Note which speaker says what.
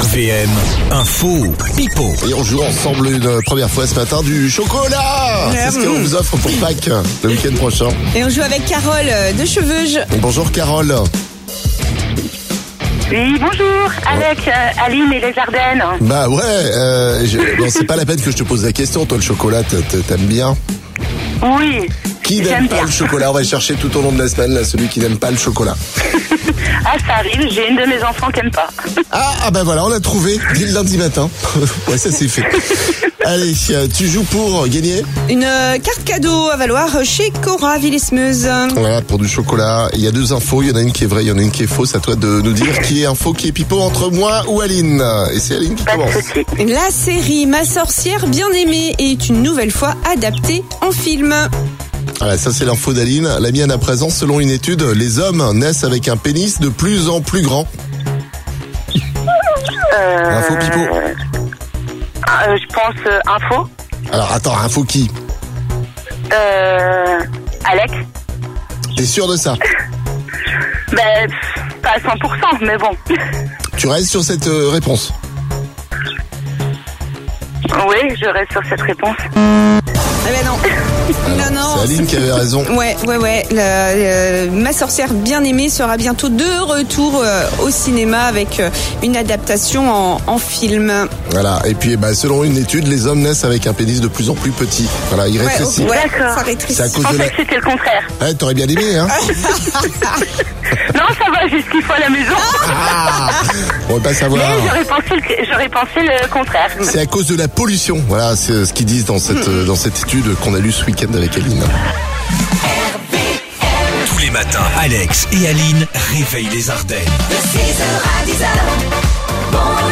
Speaker 1: BFM, info, pipo.
Speaker 2: Et on joue ensemble une première fois ce matin du chocolat C'est ce qu'on vous offre pour Pâques le week-end prochain.
Speaker 3: Et on joue avec Carole euh, de Cheveuge.
Speaker 2: Bonjour Carole.
Speaker 4: Oui, bonjour, avec euh, Aline et les Ardennes.
Speaker 2: Bah ouais, euh, je- bon, c'est pas la peine que je te pose la question, toi le chocolat t'a- t'a- t'aimes bien
Speaker 4: Oui.
Speaker 2: Qui
Speaker 4: J'aime
Speaker 2: n'aime pas
Speaker 4: bien.
Speaker 2: le chocolat On va le chercher tout au long de la semaine, là, celui qui n'aime pas le chocolat.
Speaker 4: Ah, ça arrive, j'ai une de mes enfants qui n'aime pas.
Speaker 2: Ah, ah bah voilà, on l'a trouvé dès le lundi matin. ouais, ça c'est fait. Allez, euh, tu joues pour gagner
Speaker 3: Une euh, carte cadeau à valoir chez Cora Villismeuse.
Speaker 2: Voilà, pour du chocolat. Il y a deux infos, il y en a une qui est vraie, il y en a une qui est fausse. À toi de nous dire qui est info, qui est pipeau entre moi ou Aline. Et c'est Aline qui
Speaker 4: Pas de
Speaker 2: commence.
Speaker 4: soucis.
Speaker 3: La série Ma sorcière bien aimée est une nouvelle fois adaptée en film. Ah
Speaker 2: Voilà, ça c'est l'info d'Aline. La mienne à présent, selon une étude, les hommes naissent avec un pénis de plus en plus grand. Info pipeau.
Speaker 4: Ah, euh, je pense euh, info.
Speaker 2: Alors attends, info qui
Speaker 4: Euh, Alec.
Speaker 2: T'es sûr de ça
Speaker 4: Ben, pff, pas à 100%, mais bon.
Speaker 2: Tu restes sur cette euh, réponse
Speaker 4: Oui, je reste sur cette réponse.
Speaker 3: Ah ben non. non, non.
Speaker 2: C'est Aline qui avait raison.
Speaker 3: Ouais, ouais, ouais. La, euh, Ma sorcière bien aimée sera bientôt de retour euh, au cinéma avec euh, une adaptation en, en film.
Speaker 2: Voilà. Et puis, eh ben, selon une étude, les hommes naissent avec un pénis de plus en plus petit. Voilà, il
Speaker 3: Ouais,
Speaker 2: rétrécit.
Speaker 3: ok, ouais,
Speaker 4: D'accord.
Speaker 3: ça
Speaker 2: C'est à
Speaker 3: rétrécit.
Speaker 4: Je
Speaker 2: cause de la...
Speaker 4: pensais que c'était le contraire.
Speaker 2: Ouais, t'aurais bien aimé, hein
Speaker 4: Non, ça va, j'ai ce qu'il faut à la maison.
Speaker 2: Ah On va pas savoir.
Speaker 4: Mais j'aurais pensé, le- j'aurais pensé le contraire.
Speaker 2: C'est à cause de la pollution. Voilà, c'est ce qu'ils disent dans cette, euh, dans cette étude qu'on a lue ce week-end avec Aline.
Speaker 1: Tous les matins, Alex et Aline réveillent les Ardennes.
Speaker 5: De 6h à 10h, bon